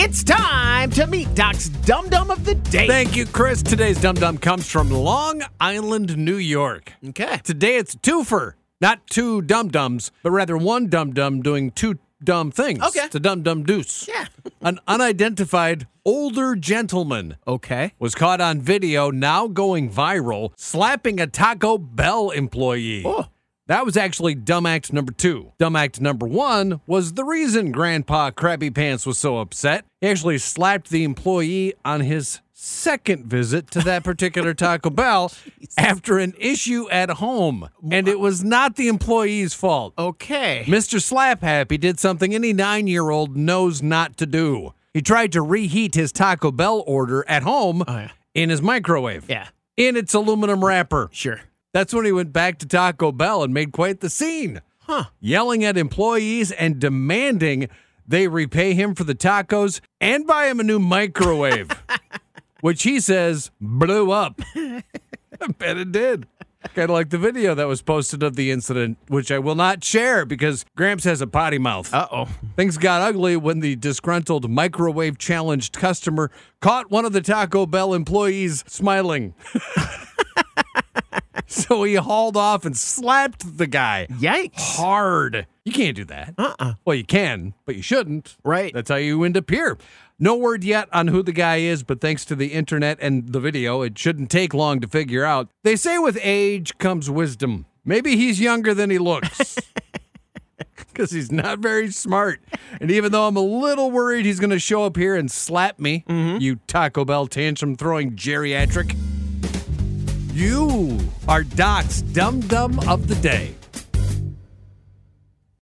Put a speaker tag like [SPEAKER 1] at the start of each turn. [SPEAKER 1] It's time to meet Doc's Dum Dum of the Day.
[SPEAKER 2] Thank you, Chris. Today's Dum Dum comes from Long Island, New York.
[SPEAKER 1] Okay.
[SPEAKER 2] Today it's a twofer, not two Dum Dums, but rather one Dum Dum doing two dumb things.
[SPEAKER 1] Okay.
[SPEAKER 2] It's a Dum Dum Deuce.
[SPEAKER 1] Yeah.
[SPEAKER 2] An unidentified older gentleman
[SPEAKER 1] Okay.
[SPEAKER 2] was caught on video, now going viral, slapping a Taco Bell employee.
[SPEAKER 1] Oh.
[SPEAKER 2] That was actually dumb act number two. Dumb act number one was the reason Grandpa Krabby Pants was so upset. He actually slapped the employee on his second visit to that particular Taco Bell after an issue at home. And it was not the employee's fault.
[SPEAKER 1] Okay.
[SPEAKER 2] Mr. Slap Happy did something any nine year old knows not to do. He tried to reheat his Taco Bell order at home
[SPEAKER 1] Oh, yeah.
[SPEAKER 2] in his microwave.
[SPEAKER 1] Yeah.
[SPEAKER 2] In its aluminum wrapper.
[SPEAKER 1] Sure.
[SPEAKER 2] That's when he went back to Taco Bell and made quite the scene.
[SPEAKER 1] Huh.
[SPEAKER 2] Yelling at employees and demanding they repay him for the tacos and buy him a new microwave, which he says blew up. I bet it did. Kind of like the video that was posted of the incident, which I will not share because Gramps has a potty mouth.
[SPEAKER 1] Uh oh.
[SPEAKER 2] Things got ugly when the disgruntled microwave challenged customer caught one of the Taco Bell employees smiling. so he hauled off and slapped the guy
[SPEAKER 1] Yikes.
[SPEAKER 2] hard. You can't do that.
[SPEAKER 1] Uh-uh.
[SPEAKER 2] Well, you can, but you shouldn't.
[SPEAKER 1] Right.
[SPEAKER 2] That's how you end up here. No word yet on who the guy is, but thanks to the internet and the video, it shouldn't take long to figure out. They say with age comes wisdom. Maybe he's younger than he looks. Because he's not very smart. And even though I'm a little worried he's going to show up here and slap me, you Taco Bell tantrum throwing geriatric, you are Doc's Dum Dum of the Day.